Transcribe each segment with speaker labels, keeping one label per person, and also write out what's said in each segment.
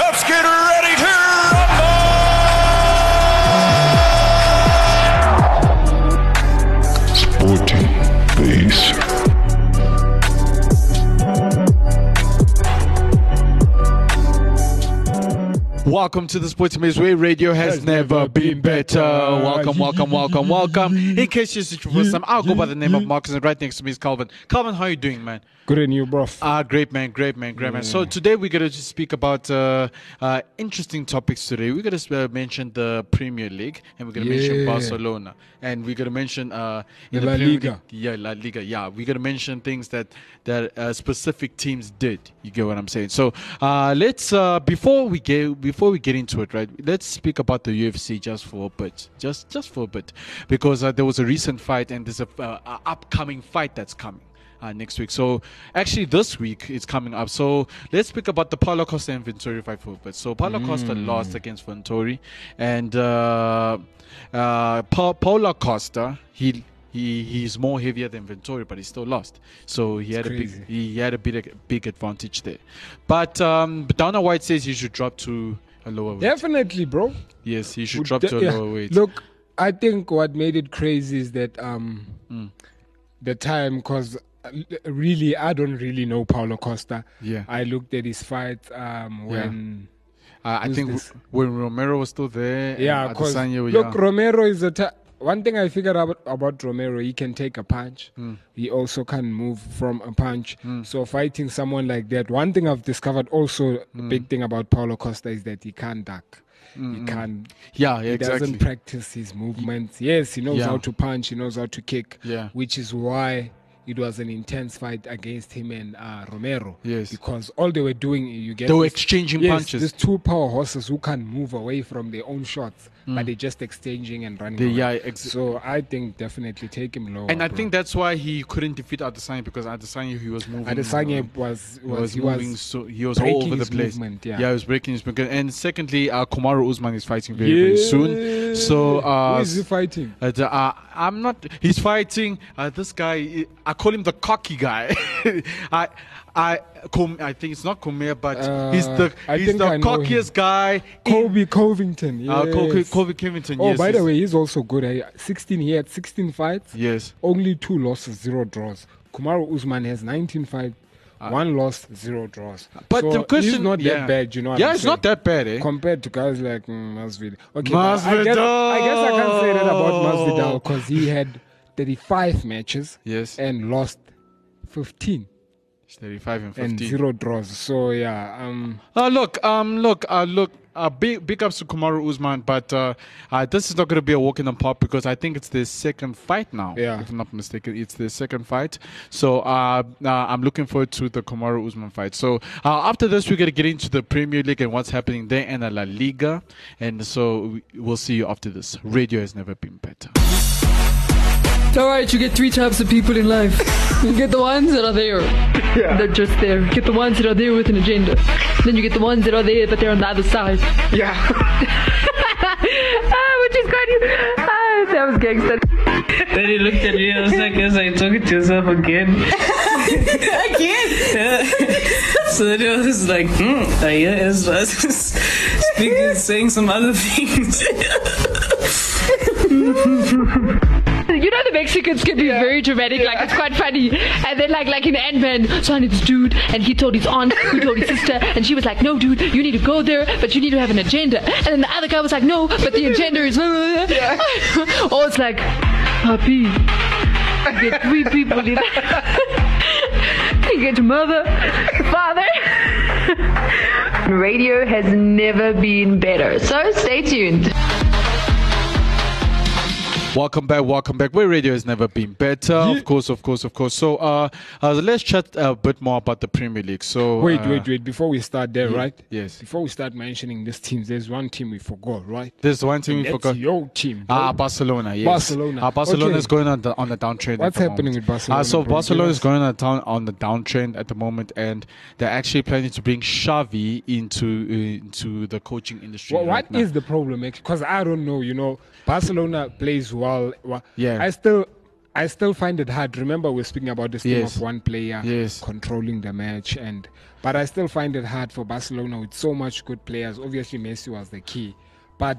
Speaker 1: let's get ready to rumble!
Speaker 2: Sporting base.
Speaker 3: Welcome to the Sports Maze Way. Radio has never been better. Welcome, welcome, welcome, welcome. In case you're searching for some, I'll go by the name of Marcus, and right next to me is Calvin. Calvin, how you doing, man?
Speaker 4: Good and you, bro.
Speaker 3: Ah, great man, great man, great man. So
Speaker 4: Mm.
Speaker 3: today we're going to speak about uh, uh, interesting topics today. We're going to uh, mention the Premier League, and we're going to mention
Speaker 4: Yeah.
Speaker 3: Barcelona, and we're going to mention uh, in
Speaker 4: La
Speaker 3: Premier
Speaker 4: Liga.
Speaker 3: League- yeah, La Liga. Yeah, we're gonna mention things that that uh, specific teams did. You get what I'm saying? So uh, let's uh, before we get before we get into it, right? Let's speak about the UFC just for a bit, just just for a bit, because uh, there was a recent fight and there's a, uh, a upcoming fight that's coming. Uh, next week, so actually this week it's coming up. So let's speak about the Paulo Costa and Venturi fight for a bit. So Paulo Costa
Speaker 4: Mm.
Speaker 3: lost against Venturi, and uh, uh, pa- Paulo Costa he he he's more heavier than Venturi, but he still lost. So he had a
Speaker 4: crazy.
Speaker 3: big he had a big big advantage there. But um, Dana White says he should drop to a lower weight.
Speaker 4: Definitely, bro.
Speaker 3: Yes, he should
Speaker 4: Would
Speaker 3: drop
Speaker 4: de-
Speaker 3: to a
Speaker 4: yeah.
Speaker 3: lower weight.
Speaker 4: Look, I think what made it crazy is that um,
Speaker 3: Hmm.
Speaker 4: the time, because really, I don't really know Paulo Costa.
Speaker 3: Yeah.
Speaker 4: I looked at his fight um, when.
Speaker 3: I- Uh, I
Speaker 4: who's
Speaker 3: think
Speaker 4: this?
Speaker 3: when Romero was still there,
Speaker 4: Yeah,
Speaker 3: and
Speaker 4: because
Speaker 3: Adesanya,
Speaker 4: look,
Speaker 3: yeah.
Speaker 4: Romero is a. ta- one thing I figured out about Romero, he can take a punch.
Speaker 3: Hmm.
Speaker 4: He also can move from a punch. So fighting someone like that, one thing I've discovered also, a
Speaker 3: Hmm.
Speaker 4: big thing about Paulo Costa is that he can't duck. He can't
Speaker 3: yeah,
Speaker 4: he
Speaker 3: exactly.
Speaker 4: doesn't practice his movements. Yes, he knows
Speaker 3: Yeah.
Speaker 4: how to punch, he knows how to kick,
Speaker 3: Yeah.
Speaker 4: which is why it was an intense fight against him and uh, Romero.
Speaker 3: Yes.
Speaker 4: Because all they were doing, you get
Speaker 3: They were
Speaker 4: these-
Speaker 3: exchanging
Speaker 4: yes,
Speaker 3: punches.
Speaker 4: These two power horses who can move away from their own shots, but they're just exchanging and running.
Speaker 3: Mm. They-
Speaker 4: away.
Speaker 3: yeah, ex-
Speaker 4: so I think definitely take him lower.
Speaker 3: and I
Speaker 4: bro.
Speaker 3: think that's why he couldn't defeat Adesanya because Adesanya he was moving. uh,
Speaker 4: Adesanya was, was,
Speaker 3: was,
Speaker 4: he
Speaker 3: moving
Speaker 4: was
Speaker 3: so he was all
Speaker 4: breaking
Speaker 3: over the
Speaker 4: his
Speaker 3: place.
Speaker 4: movement, yeah.
Speaker 3: he was breaking his movement. And secondly, uh, Komaru Usman is fighting very very soon. So uh,
Speaker 4: who is he fighting?
Speaker 3: uh, the- uh, I'm not. He's fighting uh, this guy. I call him the cocky guy. I, I, Com, I think it's not Komea, but he's the
Speaker 4: Uh, I
Speaker 3: he's
Speaker 4: think
Speaker 3: the
Speaker 4: I know him.
Speaker 3: cockiest guy. in-
Speaker 4: Kobe Covington. Yes.
Speaker 3: uh, Kobe, Kobe Covington.
Speaker 4: Oh,
Speaker 3: yes,
Speaker 4: by
Speaker 3: yes.
Speaker 4: the way, he's also good. Eh? 16, he had 16 fights,
Speaker 3: yes.
Speaker 4: only two losses, zero draws. Kumaru Usman has 19 fights, one loss, zero draws.
Speaker 3: Uh, But
Speaker 4: So
Speaker 3: the question
Speaker 4: he's not
Speaker 3: yeah.
Speaker 4: that bad, you know. what
Speaker 3: Yeah,
Speaker 4: I'm
Speaker 3: it's not
Speaker 4: saying?
Speaker 3: that bad. Eh?
Speaker 4: Compared to guys like mm, Masvidal. Okay, but I guess, I guess I can't say that about Masvidal
Speaker 3: Masvidal.
Speaker 4: because he had 35 matches
Speaker 3: Yes.
Speaker 4: and lost 15
Speaker 3: Thirty-five and fifteen.
Speaker 4: and zero draws. So, yeah. Um,
Speaker 3: Uh, look, um, look, uh, look. Uh, big, big ups to Kamaru Usman, but uh, uh, this is not going to be a walk in the park because I think it's their second fight now.
Speaker 4: Yeah.
Speaker 3: If I'm not mistaken, it's their second fight. So uh, uh, I'm looking forward to the Kamaru Usman fight. So uh, after this, we're going to get into the Premier League and what's happening there and uh, La Liga. And so we- we'll see you after this. Radio has never been better.
Speaker 5: All right, you get three types of people in life. You get the ones that are there, they're just there. You get the ones that are there with an agenda. Then you get the ones that are there, but they're on the other side. Yeah. ah, which is good. Ah, that was gangster.
Speaker 6: Then he looked at me and was like, yes, are you talking to yourself again? again? so then he was like, hmm, I hear Ezra speaking, saying some other things.
Speaker 5: You know the Mexicans can be very dramatic, like it's quite funny. And then like like in Ant Man, so I knew this dude, and he told his aunt, who told his sister, and she was like, No dude, you need to go there, but you need to have an agenda. And then the other guy was like, No, but the agenda is blah, blah, blah." Or it's like Papi. You get three people in You get your mother, your father. Radio has never been better. So stay tuned.
Speaker 3: Welcome back, welcome back. Where radio has never been better. Of course, of course, of course. So uh, uh, let's chat a bit more about the Premier League. So
Speaker 4: Wait,
Speaker 3: uh,
Speaker 4: wait, wait. Before we start there, right?
Speaker 3: yes.
Speaker 4: Before we start mentioning these teams, there's one team we forgot, right?
Speaker 3: There's one thing we
Speaker 4: That's
Speaker 3: forgot.
Speaker 4: your team. bro.
Speaker 3: Ah, Barcelona. Yes.
Speaker 4: Barcelona.
Speaker 3: Ah, Barcelona
Speaker 4: Okay.
Speaker 3: is going on the on the downtrend. at
Speaker 4: What's
Speaker 3: the
Speaker 4: happening
Speaker 3: moment.
Speaker 4: with Barcelona,
Speaker 3: Ah, so
Speaker 4: bro?
Speaker 3: Barcelona
Speaker 4: Give
Speaker 3: is
Speaker 4: us-
Speaker 3: going on down on the downtrend at the moment, and they're actually planning to bring Xavi into uh, into the coaching industry.
Speaker 4: Wha- What is
Speaker 3: right now.
Speaker 4: the problem? Because I don't know. You know, Barcelona plays well. Wha-
Speaker 3: Yeah.
Speaker 4: I still, I still find it hard. Remember, we are speaking about this thing
Speaker 3: Yes.
Speaker 4: of one player
Speaker 3: Yes.
Speaker 4: controlling the match, and but I still find it hard for Barcelona with so much good players. Obviously, Messi was the key, but.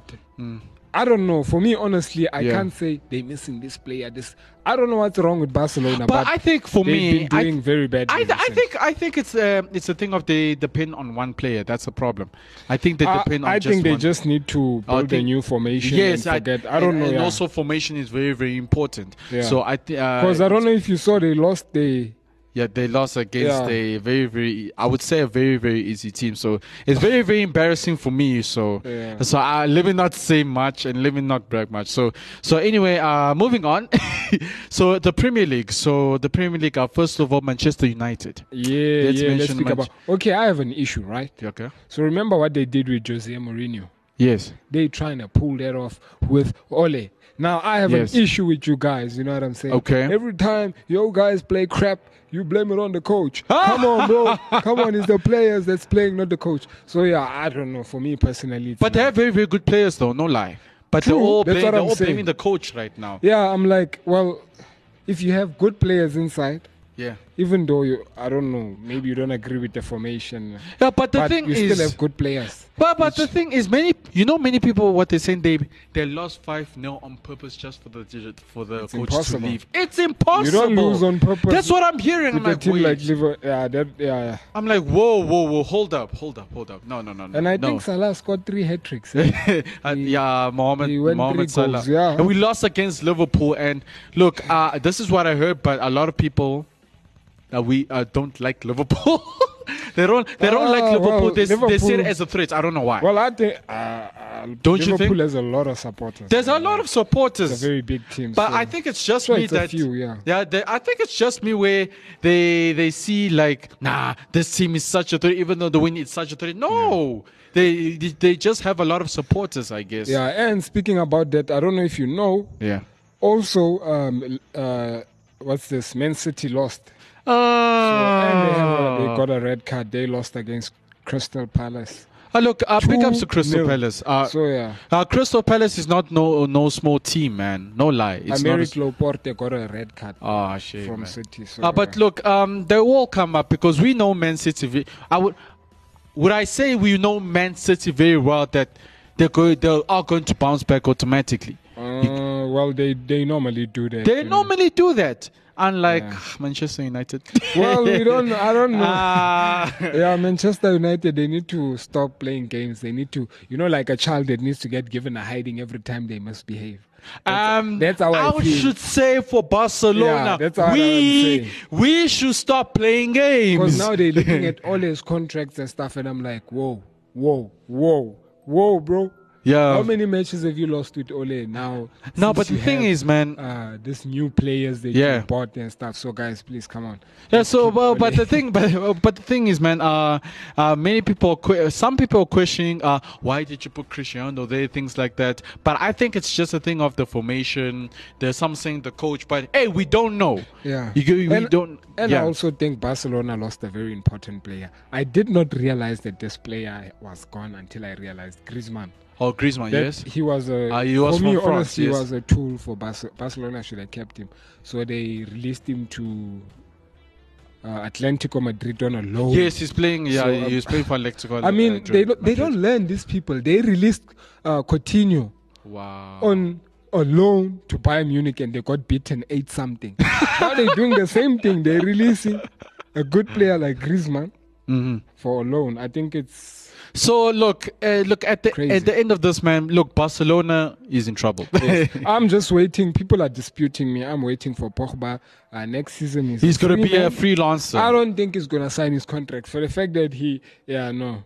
Speaker 4: I don't know. For me, honestly, I
Speaker 3: Hmm. Yeah.
Speaker 4: can't say they're missing this player. This I don't know what's wrong with Barcelona,
Speaker 3: but,
Speaker 4: but,
Speaker 3: I think for
Speaker 4: they've
Speaker 3: me,
Speaker 4: been doing
Speaker 3: I,
Speaker 4: very badly
Speaker 3: I, I
Speaker 4: recently.
Speaker 3: think I think it's um, it's a thing of they depend on one player. That's the problem. I think they
Speaker 4: I-
Speaker 3: depend on
Speaker 4: I
Speaker 3: just
Speaker 4: think they
Speaker 3: one.
Speaker 4: just need to
Speaker 3: I
Speaker 4: build a
Speaker 3: think-
Speaker 4: new formation.
Speaker 3: Yes,
Speaker 4: and forget. I, don't
Speaker 3: and,
Speaker 4: know.
Speaker 3: And
Speaker 4: yeah.
Speaker 3: also, formation is very very important.
Speaker 4: Yeah.
Speaker 3: So I think
Speaker 4: Because I don't know if you saw they lost the
Speaker 3: Yeah, they lost against
Speaker 4: Yeah.
Speaker 3: a very, very, I would say a very, very easy team. So it's very, very embarrassing for me. So,
Speaker 4: Yeah.
Speaker 3: so I let me not say much and let me not brag much. So, so anyway, uh, moving on. so the Premier League. So the Premier League are first of all Manchester United. Let's
Speaker 4: yeah yeah. Let's
Speaker 3: mention
Speaker 4: speak
Speaker 3: Manch-
Speaker 4: about. Okay, I have an issue, right?
Speaker 3: Okay.
Speaker 4: So remember what they did with Jose Mourinho?
Speaker 3: Yes.
Speaker 4: They trying to pull that off with Ole. Now I have
Speaker 3: Yes.
Speaker 4: an issue with you guys. You know what I'm saying?
Speaker 3: Okay.
Speaker 4: Every time you guys play crap, you blame it on the coach.
Speaker 3: Ah!
Speaker 4: Come on, bro. Come on, it's the players that's playing, not the coach. So yeah, I don't know. For me personally, it's
Speaker 3: But they
Speaker 4: not-
Speaker 3: have very, very good players though. No lie. But
Speaker 4: True,
Speaker 3: they're all,
Speaker 4: that's
Speaker 3: blaming,
Speaker 4: what
Speaker 3: they're
Speaker 4: I'm
Speaker 3: all
Speaker 4: saying.
Speaker 3: blaming the coach right now.
Speaker 4: yeah, I'm like, well, if you have good players inside,
Speaker 3: Yeah.
Speaker 4: even though you, I don't know, maybe you don't agree with the formation.
Speaker 3: Yeah, but the
Speaker 4: but
Speaker 3: thing
Speaker 4: you
Speaker 3: is,
Speaker 4: still have good players.
Speaker 3: But but the thing is, many you know many people what they're saying they they lost five 0 on purpose just for the digit- for the coach
Speaker 4: impossible.
Speaker 3: to leave. It's impossible.
Speaker 4: lose on purpose
Speaker 3: That's what I'm hearing. I'm
Speaker 4: With a
Speaker 3: like,
Speaker 4: team like
Speaker 3: wait.
Speaker 4: Liverpool, yeah, that, yeah, yeah.
Speaker 3: I'm like, whoa, whoa, whoa, hold up, hold up, hold up. No, no, no, no.
Speaker 4: And I
Speaker 3: no.
Speaker 4: think Salah scored three eh? hat tricks.
Speaker 3: Uh, yeah, Mohamed,
Speaker 4: he went
Speaker 3: Mohamed
Speaker 4: three
Speaker 3: Salah.
Speaker 4: goals, yeah.
Speaker 3: And we lost against Liverpool. And look, uh, this is what I heard, but a lot of people uh, we uh, don't like Liverpool. they don't. They don't like
Speaker 4: Ah,
Speaker 3: Liverpool.
Speaker 4: well,
Speaker 3: they, s- they see it
Speaker 4: Liverpool-
Speaker 3: as a threat. I don't know why.
Speaker 4: well, I think uh, uh,
Speaker 3: Don't you
Speaker 4: Liverpool
Speaker 3: think-
Speaker 4: has a lot of supporters.
Speaker 3: There's a
Speaker 4: man.
Speaker 3: lot of supporters.
Speaker 4: It's a very big team.
Speaker 3: But
Speaker 4: so-
Speaker 3: I think it's just
Speaker 4: Sure,
Speaker 3: me
Speaker 4: it's a
Speaker 3: that
Speaker 4: few, yeah.
Speaker 3: they, I think it's just me where they they see like nah this team is such a threat even though the win is such a threat. No, they, they they just have a lot of supporters, I guess.
Speaker 4: Yeah, and speaking about that, I don't know if you know.
Speaker 3: yeah.
Speaker 4: Also, um, uh, what's this? Man City lost.
Speaker 3: Oh.
Speaker 4: and they, have a, they
Speaker 3: Uh,
Speaker 4: got a red card. They lost against Crystal Palace.
Speaker 3: uh, look, uh, big ups to
Speaker 4: 2-0.
Speaker 3: Crystal Palace. Uh,
Speaker 4: so yeah,
Speaker 3: uh, Crystal Palace is not no no small team, man. No lie, it's not. a
Speaker 4: Americ
Speaker 3: s-
Speaker 4: Loporte got a red card
Speaker 3: Ah, shit,
Speaker 4: from
Speaker 3: man.
Speaker 4: City. So
Speaker 3: Uh, but
Speaker 4: yeah.
Speaker 3: look, um, they will come up because we know Man City. ve- I would, would I say we know Man City very well that they're going, they are going to bounce back automatically.
Speaker 4: Uh, well, they they normally do that.
Speaker 3: They
Speaker 4: you know.
Speaker 3: normally do that, unlike Manchester United.
Speaker 4: Well, we don't. I don't know.
Speaker 3: Ah.
Speaker 4: yeah, Manchester United. They need to stop playing games. They need to, you know, like a child that needs to get given a hiding every time they misbehave. That's-
Speaker 3: Um,
Speaker 4: that's how I,
Speaker 3: would-
Speaker 4: feel.
Speaker 3: should say for Barcelona,
Speaker 4: Yeah, that's what I'm
Speaker 3: we
Speaker 4: saying.
Speaker 3: we should stop playing games.
Speaker 4: Because now they're looking at all his contracts and stuff, and I'm like, whoa, whoa, whoa, whoa, bro.
Speaker 3: Yeah.
Speaker 4: How many matches have you lost with Ole now?
Speaker 3: No,
Speaker 4: since
Speaker 3: but the
Speaker 4: you
Speaker 3: thing
Speaker 4: have,
Speaker 3: is, man-
Speaker 4: uh, this new players they
Speaker 3: Yeah.
Speaker 4: yeah. bought and stuff. So guys, please come on.
Speaker 3: Yeah.
Speaker 4: Let's
Speaker 3: So,
Speaker 4: keep
Speaker 3: well, but
Speaker 4: Ole.
Speaker 3: the thing, but but the thing is, man. Uh, uh many people, are que- some people are questioning, uh, why did you put Cristiano there? Things like that. But I think it's just a thing of the formation. There's some saying the coach, but hey, we don't know.
Speaker 4: Yeah.
Speaker 3: You, go- we
Speaker 4: and,
Speaker 3: don't.
Speaker 4: And
Speaker 3: yeah.
Speaker 4: I also think Barcelona lost a very important player. I did not realize that this player was gone until I realized Griezmann.
Speaker 3: oh, Griezmann.
Speaker 4: That
Speaker 3: yes.
Speaker 4: He was a.
Speaker 3: Ah, he was
Speaker 4: for me,
Speaker 3: from France,
Speaker 4: honestly,
Speaker 3: yes.
Speaker 4: he was a tool for Barcelona. Barcelona should have kept him. So they released him to uh, Atlético Madrid on a loan.
Speaker 3: Yes, he's playing. Yeah,
Speaker 4: So, um,
Speaker 3: he's playing for uh, Lexico.
Speaker 4: I mean, they don't, they don't learn these people. They released uh, Coutinho
Speaker 3: Wow.
Speaker 4: on a loan to Bayern Munich and they got beaten eight something. now they're doing the same thing. They're releasing a good player like Griezmann
Speaker 3: Mm-hmm.
Speaker 4: for a loan. I think it's
Speaker 3: So look, uh, look at the
Speaker 4: Crazy.
Speaker 3: at the end of this, man. Look, Barcelona is in trouble.
Speaker 4: I'm just waiting. People are disputing me. I'm waiting for Pogba. Uh, next season is
Speaker 3: he's gonna be a
Speaker 4: man.
Speaker 3: freelancer.
Speaker 4: I don't think he's gonna sign his contract for the fact that he yeah no.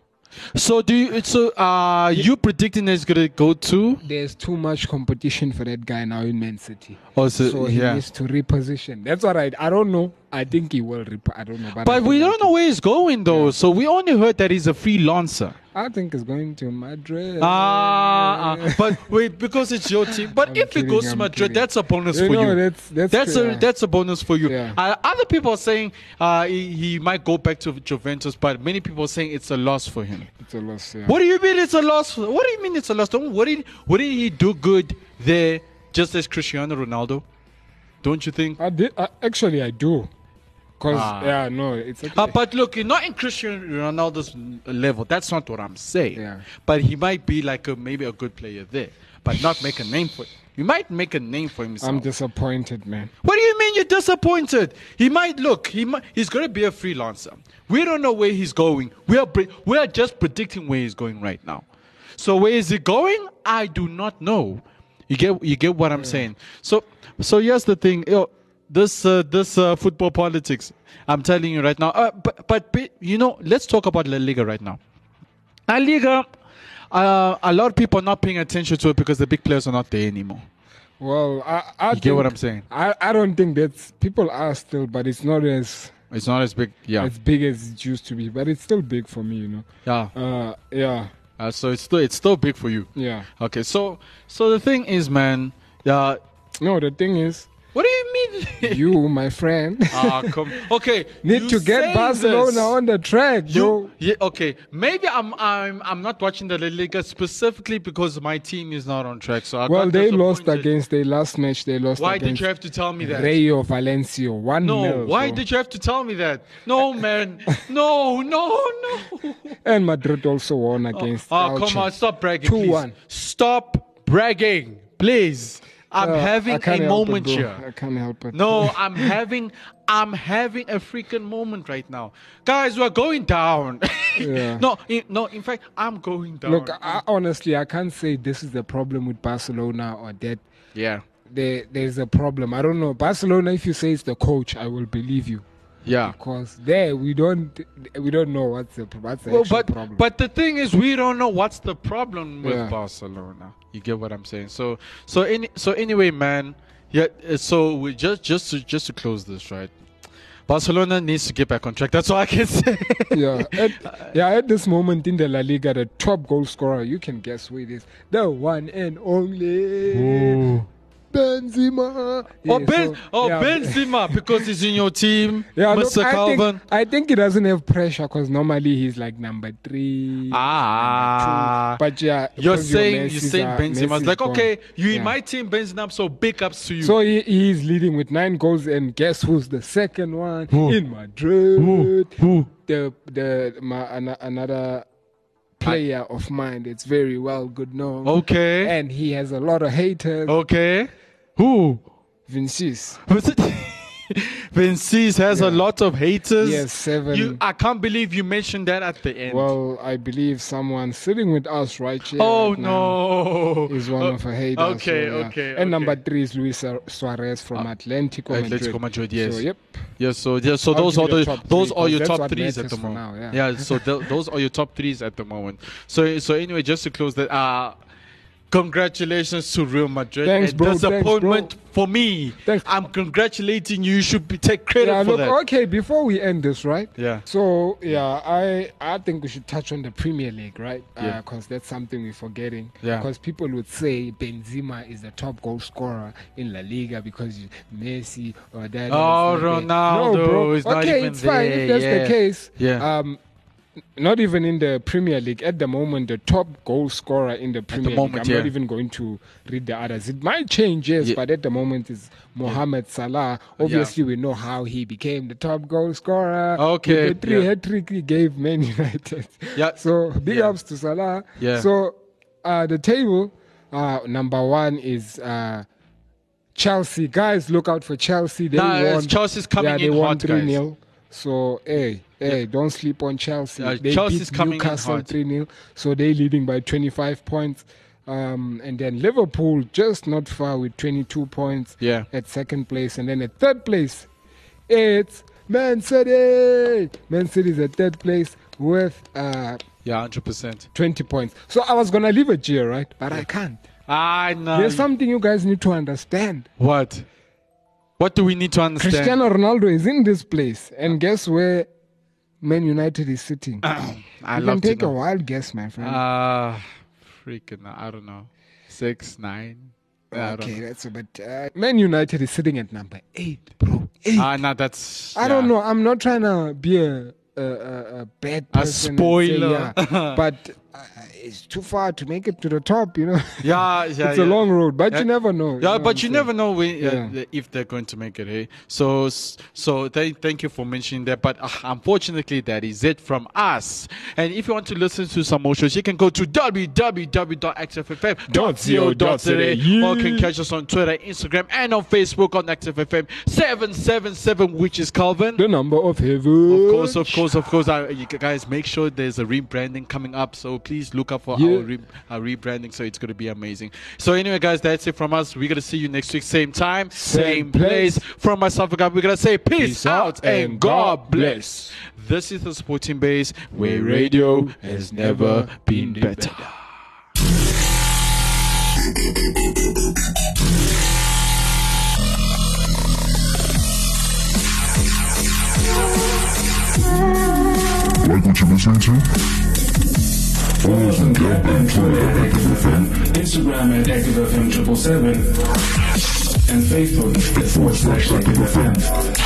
Speaker 3: So do you? So uh, you predicting that it's gonna go to?
Speaker 4: There's too much competition for that guy now in Man City.
Speaker 3: Oh, so-
Speaker 4: he
Speaker 3: yeah.
Speaker 4: needs to reposition. That's what I. I don't know. I think he will. Rep- I don't know. I
Speaker 3: But we
Speaker 4: think-
Speaker 3: don't know where he's going though. So we only heard that he's a freelancer.
Speaker 4: I think he's going to Madrid.
Speaker 3: Ah, ah, but wait, because it's your team. But
Speaker 4: I'm
Speaker 3: if
Speaker 4: kidding,
Speaker 3: it goes to
Speaker 4: I'm
Speaker 3: Madrid,
Speaker 4: kidding.
Speaker 3: that's a bonus
Speaker 4: You
Speaker 3: for
Speaker 4: know,
Speaker 3: you.
Speaker 4: that's- that's
Speaker 3: a
Speaker 4: fair.
Speaker 3: that's a bonus for you.
Speaker 4: Yeah.
Speaker 3: Uh, other people are saying uh, he, he might go back to Juventus, but many people are saying it's a loss for him.
Speaker 4: It's a loss, yeah.
Speaker 3: What do you mean it's a loss? for- What do you mean it's a loss? Don't what did what did he do good there? Just as Cristiano Ronaldo, don't you think?
Speaker 4: I did, I, actually, I do. Cause
Speaker 3: Ah.
Speaker 4: yeah, no, it's okay.
Speaker 3: Uh, but look, you're not in Cristiano Ronaldo's level. That's not what I'm saying.
Speaker 4: Yeah.
Speaker 3: But he might be like a, maybe a good player there, but not make a name for. You might make a name for himself.
Speaker 4: I'm disappointed, man.
Speaker 3: what do you mean you're disappointed? He might look. He might, he's going to be a freelancer. We don't know where he's going. We are pre- we are just predicting where he's going right now. So where is he going? I do not know. You get you get what I'm saying. So so here's the thing. Yo, this uh, this uh, football politics. I'm telling you right now. Uh, but, but but you know, let's talk about La Liga right now. La Liga. Uh, a lot of people are not paying attention to it because the big players are not there anymore.
Speaker 4: Well, I, I
Speaker 3: You get what
Speaker 4: think-
Speaker 3: I'm saying?
Speaker 4: I, I don't think that's people are still, but it's not as
Speaker 3: It's not as big. Yeah.
Speaker 4: as big as it used to be. But it's still big for me, you know.
Speaker 3: yeah.
Speaker 4: Uh, yeah,
Speaker 3: Uh, so it's still it's still big for you.
Speaker 4: yeah.
Speaker 3: Okay. So so the thing is, man. Uh,
Speaker 4: No, the thing is,
Speaker 3: what do you mean?
Speaker 4: you, my friend,
Speaker 3: Ah, come. Okay.
Speaker 4: need
Speaker 3: you
Speaker 4: to
Speaker 3: say
Speaker 4: get Barcelona
Speaker 3: this.
Speaker 4: on the track, bro.
Speaker 3: You, yeah, okay. Maybe I'm I'm I'm not watching the La Liga specifically because my team is not on track. So I
Speaker 4: Well,
Speaker 3: got
Speaker 4: they lost
Speaker 3: disappointed.
Speaker 4: against their last match. They lost.
Speaker 3: Why did
Speaker 4: against
Speaker 3: you have to tell me that?
Speaker 4: Rayo Valencio one
Speaker 3: no,
Speaker 4: nil,
Speaker 3: why
Speaker 4: bro.
Speaker 3: did you have to tell me that? No, man. No, no, no.
Speaker 4: and Madrid also won against.
Speaker 3: Oh,
Speaker 4: Elche.
Speaker 3: come on, stop bragging.
Speaker 4: Two
Speaker 3: please.
Speaker 4: one.
Speaker 3: Stop bragging, please. I'm
Speaker 4: Uh, I
Speaker 3: having a
Speaker 4: can't help it,
Speaker 3: moment
Speaker 4: bro.
Speaker 3: here.
Speaker 4: I can't help it.
Speaker 3: No, I'm having I'm having a freaking moment right now. Guys, we're going down.
Speaker 4: Yeah.
Speaker 3: no, in, no, in fact, I'm going down.
Speaker 4: Look, I, honestly, I can't say this is the problem with Barcelona or that
Speaker 3: yeah.
Speaker 4: there, there's a problem. I don't know. Barcelona, if you say it's the coach, I will believe you.
Speaker 3: Yeah.
Speaker 4: Because there we don't we don't know what's the what's the
Speaker 3: Well,
Speaker 4: actual
Speaker 3: but
Speaker 4: problem.
Speaker 3: but the thing is, we don't know what's the problem with
Speaker 4: Yeah.
Speaker 3: Barcelona. You get what I'm saying? So so any so anyway, man. Yeah. uh, So we just just to, just to close this right. Barcelona needs to get back on track. That's all I can say.
Speaker 4: yeah,
Speaker 3: Uh,
Speaker 4: at, yeah. At this moment in the La Liga, the top goal scorer you can guess who it is. The one and only Benzema.
Speaker 3: Oh,
Speaker 4: Yeah,
Speaker 3: ben,
Speaker 4: so-
Speaker 3: oh
Speaker 4: yeah,
Speaker 3: Benzema because he's in your team,
Speaker 4: Yeah, look,
Speaker 3: Mr.
Speaker 4: I,
Speaker 3: Calvin.
Speaker 4: think, I think he doesn't have pressure because normally he's like number three.
Speaker 3: Ah,
Speaker 4: But yeah,
Speaker 3: you're
Speaker 4: because your
Speaker 3: saying you're
Speaker 4: Messi's
Speaker 3: saying
Speaker 4: are-
Speaker 3: Benzema's
Speaker 4: Messi's
Speaker 3: like
Speaker 4: gone.
Speaker 3: okay, you in
Speaker 4: Yeah.
Speaker 3: my team, Benzema. So big ups to you.
Speaker 4: So he, he is leading with nine goals, and guess who's the second one in Madrid? The the my, an, another player of mine that's very well good known.
Speaker 3: okay, Oh.
Speaker 4: And he has a lot of haters.
Speaker 3: okay, who?
Speaker 4: Vinicius.
Speaker 3: Was it? Vinicius has a lot of haters.
Speaker 4: Yes, seven.
Speaker 3: You, I can't believe you mentioned that at the end.
Speaker 4: Well, I believe someone sitting with us right here.
Speaker 3: oh
Speaker 4: right now
Speaker 3: no,
Speaker 4: Is one
Speaker 3: Oh,
Speaker 4: of her haters. so
Speaker 3: Okay,
Speaker 4: yeah.
Speaker 3: okay.
Speaker 4: And
Speaker 3: okay.
Speaker 4: number three is Luis Suar- Suarez from Atlético Madrid.
Speaker 3: Atletico Madrid, yes.
Speaker 4: So, yep.
Speaker 3: Yeah, so yeah, so
Speaker 4: I'll
Speaker 3: those
Speaker 4: give
Speaker 3: are
Speaker 4: you the
Speaker 3: the,
Speaker 4: top
Speaker 3: those are
Speaker 4: three, 'cause
Speaker 3: your
Speaker 4: that's
Speaker 3: top
Speaker 4: what
Speaker 3: threes at
Speaker 4: matters
Speaker 3: the
Speaker 4: for
Speaker 3: moment.
Speaker 4: now, yeah.
Speaker 3: so th- those are your top threes at the moment. So so anyway, just to close that, uh congratulations to Real Madrid.
Speaker 4: Thanks,
Speaker 3: and
Speaker 4: bro, thanks, bro.
Speaker 3: disappointment for me.
Speaker 4: Thanks.
Speaker 3: I'm congratulating you. You should be, take credit
Speaker 4: Yeah,
Speaker 3: for
Speaker 4: look, oh.
Speaker 3: that.
Speaker 4: okay, before we end this, right?
Speaker 3: Yeah.
Speaker 4: So, yeah, I I think we should touch on the Premier League, right?
Speaker 3: Yeah.
Speaker 4: Because that's something we're forgetting.
Speaker 3: Yeah.
Speaker 4: Because people would say Benzema is the top goal scorer in La Liga because you- Messi or that.
Speaker 3: Oh, Ronaldo
Speaker 4: No, bro.
Speaker 3: is not
Speaker 4: okay,
Speaker 3: even
Speaker 4: it's fine
Speaker 3: there,
Speaker 4: if that's
Speaker 3: yeah.
Speaker 4: the case.
Speaker 3: Yeah.
Speaker 4: Um, n- not even in the Premier League at the moment. The top goal scorer in the Premier
Speaker 3: moment,
Speaker 4: League. I'm
Speaker 3: yeah.
Speaker 4: not even going to read the others. It might change, yes,
Speaker 3: Yeah.
Speaker 4: but at the moment is Mohamed Salah. Obviously, we know how he became the top goal scorer.
Speaker 3: Okay,
Speaker 4: With the three
Speaker 3: yeah.
Speaker 4: hat trick he gave Man United.
Speaker 3: Yeah,
Speaker 4: So big
Speaker 3: yeah.
Speaker 4: ups to Salah.
Speaker 3: Yeah.
Speaker 4: So uh, the table, uh, number one is uh, Chelsea. Guys, look out for Chelsea. They
Speaker 3: Nah, it's
Speaker 4: won.
Speaker 3: Chelsea's coming
Speaker 4: yeah, they
Speaker 3: in
Speaker 4: won
Speaker 3: hot, guys.
Speaker 4: 3-0. So hey, hey, don't sleep on Chelsea.
Speaker 3: Uh,
Speaker 4: they
Speaker 3: Chelsea's
Speaker 4: beat
Speaker 3: coming in
Speaker 4: Newcastle
Speaker 3: hot.
Speaker 4: 3 0. So they're leading by 25 points. Um, and then Liverpool just not far with 22 points
Speaker 3: Yeah.
Speaker 4: at second place. And then at third place, it's Man City. Man City is at third place with uh,
Speaker 3: Yeah, hundred percent.
Speaker 4: 20 points. So I was going to leave it here, right? But I can't.
Speaker 3: I know.
Speaker 4: There's something you guys need to understand.
Speaker 3: What? What do we need to understand?
Speaker 4: Cristiano Ronaldo is in this place. And guess where Man United is sitting?
Speaker 3: Ah, I
Speaker 4: you
Speaker 3: love
Speaker 4: can
Speaker 3: to
Speaker 4: take a
Speaker 3: know.
Speaker 4: wild guess, my friend.
Speaker 3: Uh, freaking, I don't know. Six, nine. I don't
Speaker 4: okay,
Speaker 3: know.
Speaker 4: that's but uh, Man United is sitting at number eight, bro. Eight.
Speaker 3: Ah, no, that's.
Speaker 4: I don't
Speaker 3: yeah.
Speaker 4: know. I'm not trying to be a a, a, a bad
Speaker 3: A
Speaker 4: person. and say,
Speaker 3: spoiler.
Speaker 4: yeah, but uh, it's too far to make it to the top. You know,
Speaker 3: Yeah, yeah.
Speaker 4: it's a
Speaker 3: yeah.
Speaker 4: long road, but
Speaker 3: Yeah.
Speaker 4: you never know.
Speaker 3: Yeah,
Speaker 4: know what
Speaker 3: but
Speaker 4: I'm
Speaker 3: you
Speaker 4: saying?
Speaker 3: never know when, uh,
Speaker 4: Yeah.
Speaker 3: if they're going to make it. Hey, so so th- thank you for mentioning that. But uh, unfortunately, that is it from us. And if you want to listen to some more shows, you can go to www.xffm.co.za or you can catch us on Twitter, Instagram, and on Facebook on XFFM seven seven seven, which is Calvin.
Speaker 4: The number of heaven.
Speaker 3: Of course, of course, of course. Uh, you guys, make sure there's a rebranding coming up. So please look up for
Speaker 4: Yeah.
Speaker 3: our, re- our rebranding. So it's going to be amazing. So anyway, guys, that's it from us. We're going to see you next week, same time, same, place.
Speaker 4: place.
Speaker 3: From myself, again, we're going to say peace,
Speaker 4: Peace
Speaker 3: out
Speaker 4: out
Speaker 3: and
Speaker 4: and
Speaker 3: God
Speaker 4: God
Speaker 3: bless. This is the Sporting Base where radio has never been better.
Speaker 2: Like what you're listening to?
Speaker 7: Follow us on Dope and Twitter at Active FM, Instagram at Active FM 777, and Facebook at forward slash Active FM.